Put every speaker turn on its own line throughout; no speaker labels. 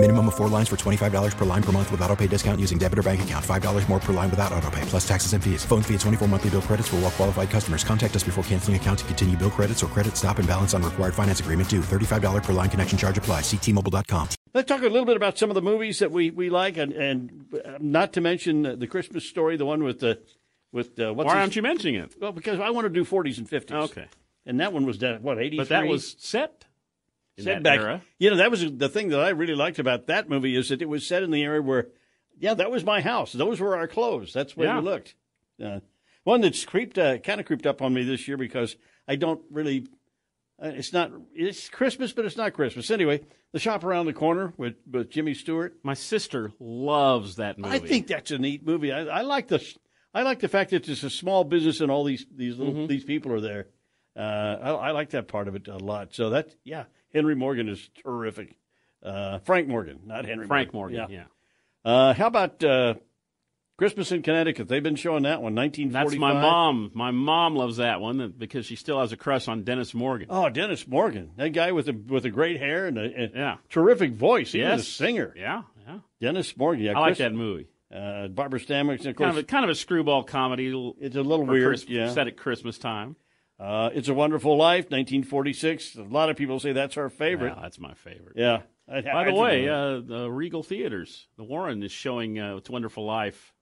Minimum of four lines for $25 per line per month with auto pay discount using debit or bank account. $5 more per line without auto pay, plus taxes and fees. Phone fee at 24 monthly bill credits for all well qualified customers. Contact us before canceling account to continue bill credits or credit stop and balance on required finance agreement due. $35 per line connection charge apply. Ctmobile.com.
Let's talk a little bit about some of the movies that we, we like, and, and uh, not to mention uh, the Christmas story, the one with the with uh, what's
Why
his-
aren't you mentioning it?
Well, because I want to do 40s and 50s.
Okay.
And that one was done what 83.
But that was set in
set
that
back.
era.
You know, that was the thing that I really liked about that movie is that it was set in the era where, yeah, that was my house. Those were our clothes. That's where
Yeah.
we looked. Uh, one that's creeped, uh, kind of creeped up on me this year because I don't really. Uh, it's not. It's Christmas, but it's not Christmas anyway. The shop around the corner with with Jimmy Stewart.
My sister loves that movie.
I think that's a neat movie. I, I like the I like the fact that it's a small business and all these these little
Mm-hmm.
these people are there. Uh, I, I like that part of it a lot. So that yeah, Henry Morgan is terrific. Uh, Frank Morgan, not Henry.
Frank Morgan. Yeah,
Uh, how about uh, Christmas in Connecticut? They've been showing that one. Nineteen
that's
forty-five.
my mom. My mom loves that one because she still has a crush on Dennis Morgan.
Oh, Dennis Morgan, that guy with the with the great hair and a and
Yeah.
terrific voice. He was a
Yes.
singer.
Yeah, yeah.
Dennis Morgan. Yeah,
I like
Chris-
that movie.
Uh, Barbara Stanwyck, and of course,
Kind of a, kind of a screwball comedy. l-
it's a little
for
weird.
Christ-
yeah.
set at Christmas time.
Uh, it's a Wonderful Life, 1946. A lot of people say that's our favorite.
Yeah, that's my favorite.
Yeah.
By the way, uh, the Regal Theaters, the Warren is showing uh, "It's a Wonderful Life."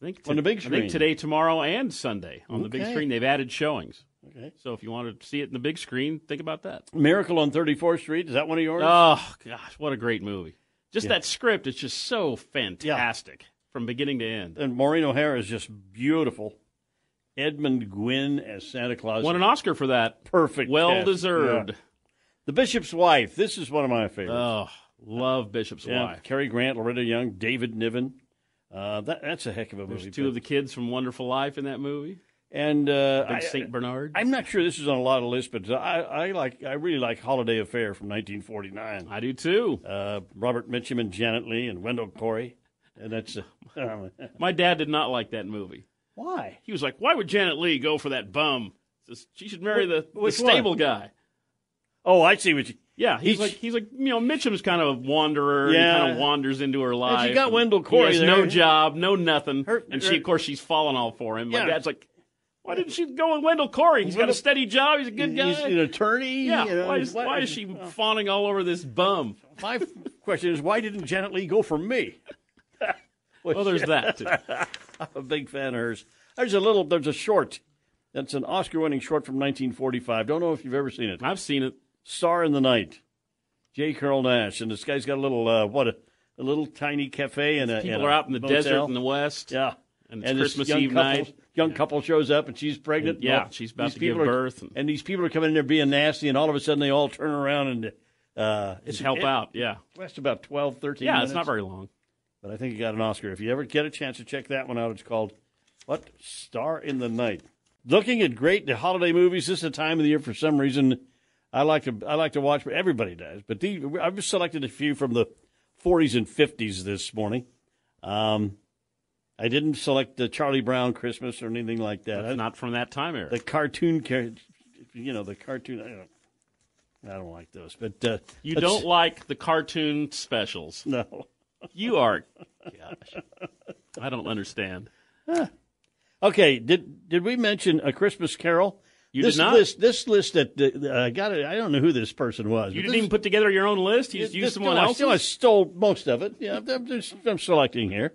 I think
On the big
I
screen.
think today, tomorrow, and Sunday on the big
Okay.
screen. They've added showings.
Okay.
So if you want to see it in the big screen, think about that.
Miracle on 34th Street, is that one of yours?
Oh gosh, what a great movie! Just that script is just so fantastic from beginning to end.
and Maureen O'Hara is just beautiful. Edmund Gwynn as Santa Claus.
Won an Oscar for that.
perfect.
Well
cast.
deserved.
Yeah. The Bishop's Wife. This is one of my favorites.
Oh, love Bishop's
yeah.
Wife.
Cary Grant, Loretta Young, David Niven. Uh, that, that's a heck of a movie.
There's two of the kids from Wonderful Life in that movie.
and uh,
Big
I-
Saint Bernard.
I'm not sure this is on a lot of lists, but I, I like I really like Holiday Affair from 1949.
I do too.
uh, Robert Mitchum and Janet Lee and Wendell Corey. And that's uh, um,
My dad did not like that movie.
why
He was like, "Why would Janet Lee go for that bum? Says, She should marry the, the
Which one?
stable guy."
Oh, I see what you.
Yeah, he's
He's-
like he's like you know Mitchum's kind of a wanderer.
Yeah.
He kind of wanders into her life.
got
and
Wendell
he
Corey
has
there.
no job, no nothing,
Her-
and she
her-
of course she's falling all for him. My
Yeah.
dad's like, "Why didn't she go with Wendell Corey? He's got
Wendell-
a steady job. He's a good guy."
He's an attorney.
yeah,
you know,
why, is,
why-
why is she fawning all over this bum?
My question is, why didn't Janet Lee go for me?
Well, Oh, there's that. Too.
I'm a big fan of hers. There's a little. There's a short. That's an Oscar-winning short from 1945. Don't know if you've ever seen it.
I've seen it.
Star in the Night. J. Carl Nash, and this guy's got a little uh, what a, a little tiny cafe and a
People
and a
are out in the
motel.
desert in the west.
Yeah.
And it's
this
Christmas
young
Eve
couple,
night.
Young couple shows up and she's pregnant.
And, yeah,
all-
she's about
these
to give
people are-
birth
And,
and-
these people are coming in there being nasty, and all of a sudden they all turn around and uh, it's
help
it
out. Yeah,
lasts about 12, 13
yeah.
minutes.
It's not very long.
But I think it got an Oscar. If you ever get a chance to check that one out, it's called What Star in the Night. Looking at great holiday movies, this is the time of the year for some reason I like to I like to watch, but everybody does. But the, I've just selected a few from the 40s and 50s this morning. Um, I didn't select the Charlie Brown Christmas or anything like that. I-
That's not from that time era.
the cartoon, char- you know, the cartoon. I don't, I don't like those. But uh,
You
let's-
don't like the cartoon specials.
no.
You are. Gosh. I don't understand.
Okay, did did we mention a Christmas Carol?
You
this
did not.
List, this list that uh, I got it. I don't know who this person was.
You
but
didn't
this-
even put together your own list. You just
this-
used someone
no, I
else's.
still- I stole most of it. Yeah, I'm, just, I'm selecting here.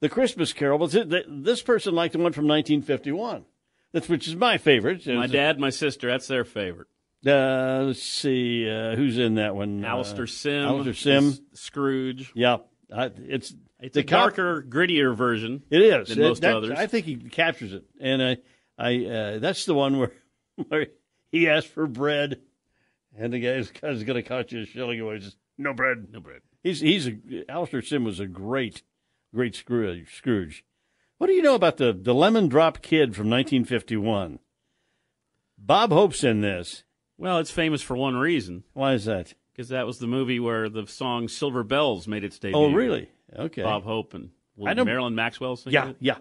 The Christmas Carol. But th- th- this person liked the one from 1951. That's which is my favorite.
my
It's,
dad, my sister. That's their favorite.
Uh, let's see uh, who's in that one.
Alistair
Uh,
Sim.
Alistair Sim.
S- Scrooge.
Yeah, I, it's
It's
the
a
cop-
darker, grittier version.
It is
than
It-
most
that-
others.
I think he captures it, and I, I uh, that's the one where, where he asked for bread, and the guy's guy's going to cost you a shilling. Away. He says, "No bread."
No, Brett.
He's he's a, Alistair Sim was a great, great Scrooge. Scrooge. What do you know about the the Lemon Drop Kid from 1951? Bob Hope's in this.
Well, it's famous for one reason
Why is that?
because that was the movie where the song Silver Bells made its debut.
Oh, really? Okay.
Bob Hope and
I don't-
Marilyn Maxwell singing
yeah,
it.
yeah.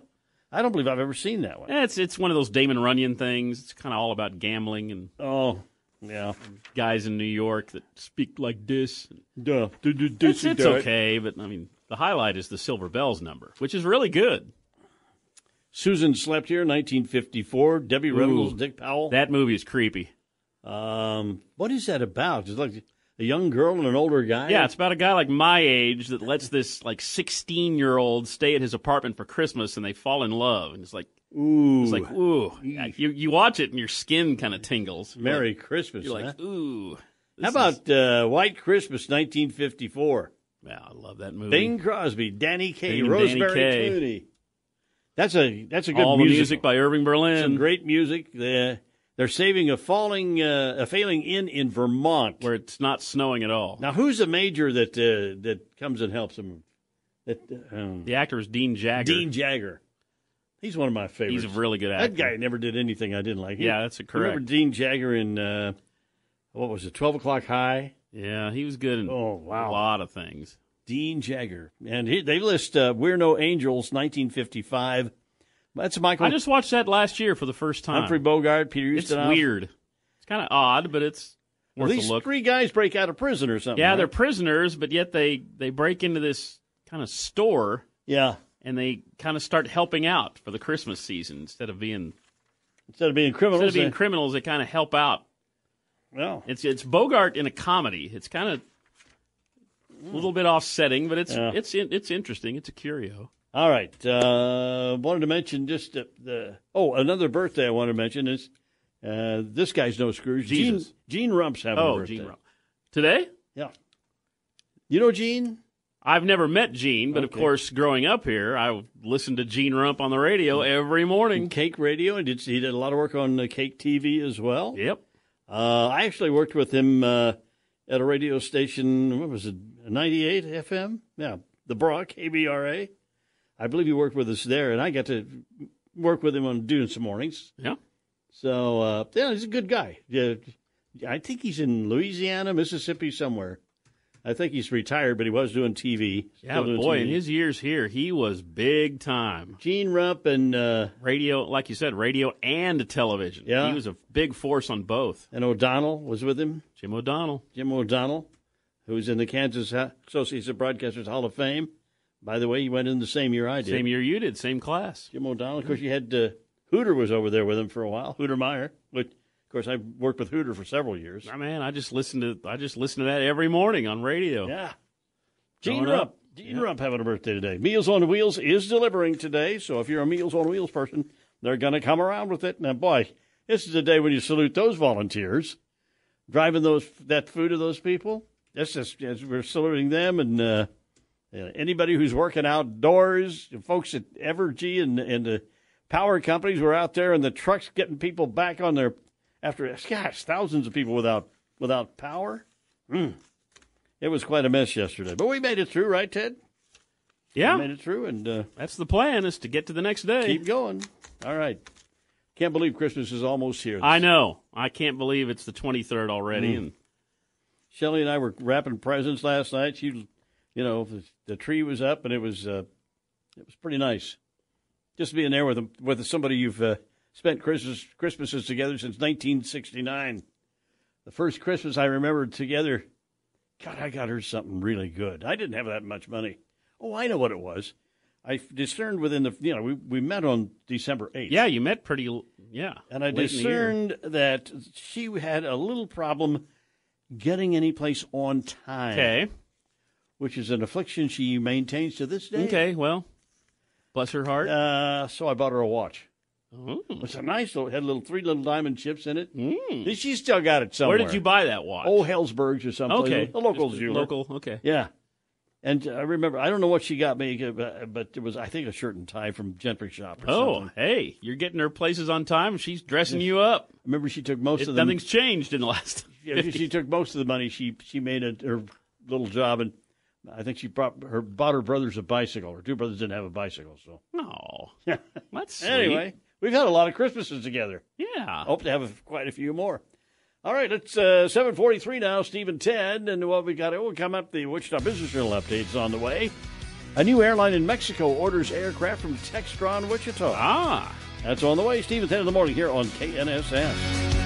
I don't believe I've ever seen that one.
Eh, It's, it's one of those Damon Runyon things. It's kind of all about gambling and
Oh, yeah.
guys in New York that speak like this.
Duh. Duh, duh, duh,
It's,
duh,
it's
duh.
okay, but I mean, the highlight is the Silver Bells number, which is really good.
Susan slept here, 1954. Debbie Reynolds,
Ooh.
Dick Powell.
That movie is creepy.
um, what is that about? Is it like a young girl and an older guy?
Yeah, it's about a guy like my age that lets this like 16 year old stay at his apartment for Christmas and they fall in love. And it's like,
Ooh.
it's like, ooh. You, you watch it and your skin kind of tingles.
Merry Christmas.
You're
huh?
like, ooh.
How
this is-
about uh, White Christmas, 1954?
Yeah, I love that movie.
Bing Crosby, Danny
Bing
Kaye,
and Danny
Rosemary
Kaye.
Clooney. That's a that's a good
All the
music.
music by Irving Berlin.
Some great music. They're, they're saving a falling uh, a failing inn in Vermont.
where it's not snowing at all.
now, who's the major that uh, that comes and helps them? That um,
The actor is Dean Jagger.
Dean Jagger. He's one of my favorites.
He's a really good actor.
that guy never did anything I didn't like. He-
Yeah, that's
Remember
correct.
Dean Jagger in uh, what was it? Twelve o'clock high.
Yeah, he was good in
Oh, wow.
a lot of things.
Dean Jagger, and he, they list uh, "We're No Angels" 1955. That's Michael
I just watched that last year for the first time.
Humphrey Bogart, Peter
it's
Ustinov.
weird. It's kind of odd, but it's
Well,
worth
these
a look.
three guys break out of prison or something.
yeah,
right?
they're prisoners, but yet they they break into this kind of store
yeah.
and they kind of start helping out for the Christmas season instead of being
Instead of being criminals,
instead of being
they-
criminals. They kind of help out.
well,
It's it's Bogart in a comedy. It's kind of a little bit offsetting, but it's
Hmm. Yeah.
it's in- it's interesting. It's a curio.
all right. Uh, wanted to mention just the, the oh another birthday I want to mention is uh, this guy's no screws.
Jesus.
Gene, Gene Rump's having a
Oh,
birthday.
Gene Rom. Today,
Yeah, you know Gene.
I've never met Gene, but of
Okay.
course, growing up here, I listened to Gene Rump on the radio every morning.
Cake Radio, and did, he did a lot of work on uh, Cake TV as well.
Yep.
Uh, I actually worked with him uh, at a radio station. What was it? Ninety-eight FM. Yeah, the Bra KBRA. I believe he worked with us there, and I got to work with him on doing some mornings.
Yeah.
So uh, yeah, he's a good guy. Yeah, I think he's in Louisiana, Mississippi, somewhere. I think he's retired, but he was doing TV.
Yeah,
still
but
doing
boy, in
TV.
his years here, he was big time.
Gene Rump and uh,
Radio, like you said, radio and television.
Yeah.
He was a big force on both.
and O'Donnell was with him.
Jim O'Donnell.
Jim O'Donnell, who's in the Kansas Ho- Association of Broadcasters Hall of Fame. By the way, he went in the same year I did.
Same year you did, same class.
Jim O'Donnell. Of course, you had uh, Hooter was over there with him for a while. Hooter Meyer. Which, of course, I worked with Hooter for several years.
Oh, man, I just listened to I just listened to that every morning on radio.
Yeah. Gene
Growing up.
Rump. Gene Rump having a birthday today. Meals on Wheels is delivering today. So if you're a Meals on Wheels person, they're going to come around with it. Now, boy, this is the day when you salute those volunteers driving those that food to those people. That's just as we're saluting them and uh, uh, anybody who's working outdoors, the folks at Evergy and and the power companies were out there in the trucks getting people back on their after gosh thousands of people without without power. It was quite a mess yesterday, but we made it through, right, Ted? We made
Yeah.
it through and uh,
That's the plan is to get to the next day.
keep going. All right. Can't believe Christmas is almost here.
I know. I can't believe it's the 23rd already.
Mm.
And
Shelly and I were wrapping presents last night. She, you know, the, the tree was up and it was uh, it was pretty nice. Just being there with with somebody you've uh, spent Christmas Christmases together since 1969. The first Christmas I remember together, God, I got her something really good. I didn't have that much money. Oh, I know what it was. I discerned within the you know we we met on December 8th.
yeah, you met pretty. l- Yeah.
And I
late in the year.
discerned that she had a little problem getting any place on time,
Okay.
which is an affliction she maintains to this day.
Okay. Well, bless her heart.
Uh, so I bought her a watch.
Ooh.
It's a nice little, had little three little diamond chips in it.
Mm.
She still got it somewhere.
Where did you buy that watch?
Oh, Hellsbergs or something.
okay.
The local
Just
jeweler.
Local. Okay.
Yeah. And I remember, I don't know what she got me, but but it was, I think, a shirt and tie from Gentry Shop or
Oh,
something.
hey, you're getting her places on time. She's dressing you up.
Remember, she took most
It,
of them.
nothing's changed in the last.
Yeah, she, she took most of the money. She she made a, her little job, and I think she brought her bought her brothers a bicycle. Her two brothers didn't have a bicycle, so
No. That's sweet.
anyway, we've had a lot of Christmases together.
Yeah.
I hope to have a, quite a few more. All right, it's uh, 743 now, Steve and Ted. And what we got, oh, come up, the Wichita Business Journal updates on the way. A new airline in Mexico orders aircraft from Textron Wichita.
Ah,
That's on the way, Steve and Ted in the morning here on KNSS.